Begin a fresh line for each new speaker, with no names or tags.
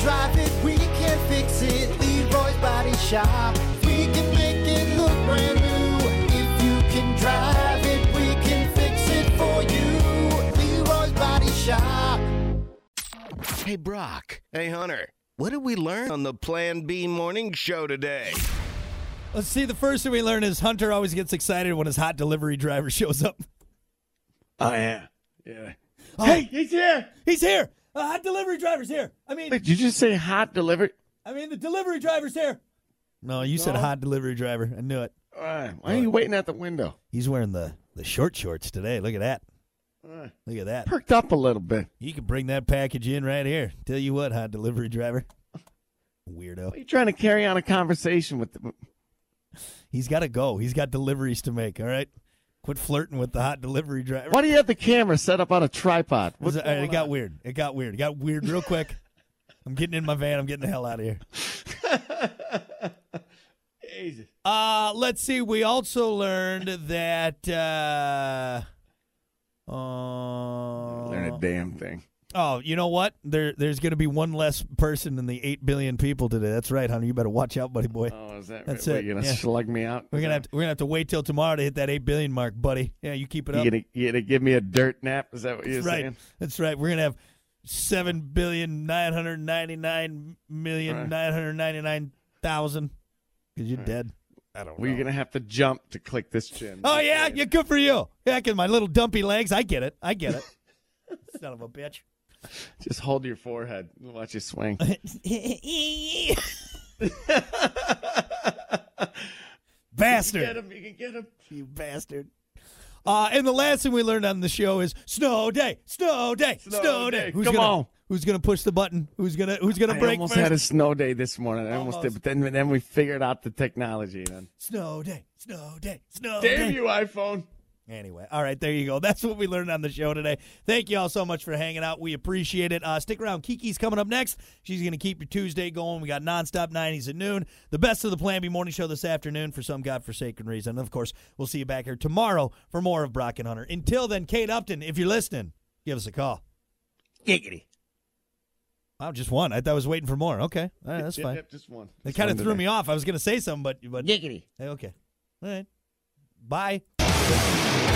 drive it, we can fix it. Leroy's Body Shop. We can make it look brand new. If you can drive it, we can fix it for you. Leroy's Body Shop.
Hey, Brock. Hey, Hunter. What did we learn on the Plan B morning show today?
Let's see. The first thing we learn is Hunter always gets excited when his hot delivery driver shows up.
Oh yeah, yeah.
Oh.
Hey, he's here.
He's here. A hot delivery driver's here. I mean,
Did you just say hot delivery?
I mean, the delivery driver's here. No, you said hot delivery driver. I knew it.
Uh, why are you waiting at the window?
He's wearing the the short shorts today. Look at that.
Uh,
Look at that.
perked up a little bit.
You can bring that package in right here. Tell you what, hot delivery driver. Weirdo.
Why are you trying to carry on a conversation with? The,
He's got to go. He's got deliveries to make. All right. Quit flirting with the hot delivery driver.
why do you have the camera set up on a tripod? What's
it, uh, all right, it
going
got
on?
weird. It got weird. It got weird real quick. I'm getting in my van. I'm getting the hell out of here.
Jesus.
Uh, let's see. We also learned that. Uh, uh,
Learn a damn thing.
oh, you know what? There, there's going to be one less person than the eight billion people today. That's right, Hunter. You better watch out, buddy boy.
Oh, is that?
uh, That's
right?
it,
You're gonna
yeah.
slug me out.
We're gonna have to, we're gonna have to wait till tomorrow to hit that eight billion mark, buddy. Yeah, you keep it up.
You gonna, you gonna give me a dirt nap? Is that what you're
That's right.
saying?
That's right. We're gonna have seven billion nine hundred ninety nine million
Right.
nine hundred ninety nine thousand. Because you're dead. I don't
We're gonna have to jump to click this chin.
Oh yeah, yeah, good for you. Yeah, 'cause my little dumpy legs. I get it. I get it. Son of a bitch.
Just hold your forehead and watch you swing. Get
bastard.
him! You can get him.
You bastard. Uh, and the last thing we learned on the show is snow day, snow day, snow,
Snow
day.
day.
Who's
Come
gonna,
on.
Who's gonna push the button? Who's gonna Who's gonna
I
break
almost
first?
had a snow day this morning. I almost,
Almost.
did, but then then we figured out the technology. Then
Snow day, snow day, snow day.
damn you, iPhone.
Anyway, all right, there you go. That's what we learned on the show today. Thank you all so much for hanging out. We appreciate it. Uh, stick around. Kiki's coming up next. She's going to keep your Tuesday going. We got nonstop 90s at noon. The best of the Plan B morning show this afternoon for some godforsaken reason. And of course, we'll see you back here tomorrow for more of Brock and Hunter. Until then, Kate Upton, if you're listening, give us a call.
Giggity.
Wow, just one. I thought I was waiting for more. Okay. All right, that's
Yep,
fine.
yep, just one.
They
Just
kind of
one
threw
today.
me off. I was going to say something, but, but
Giggity.
Hey, okay. All right. Bye.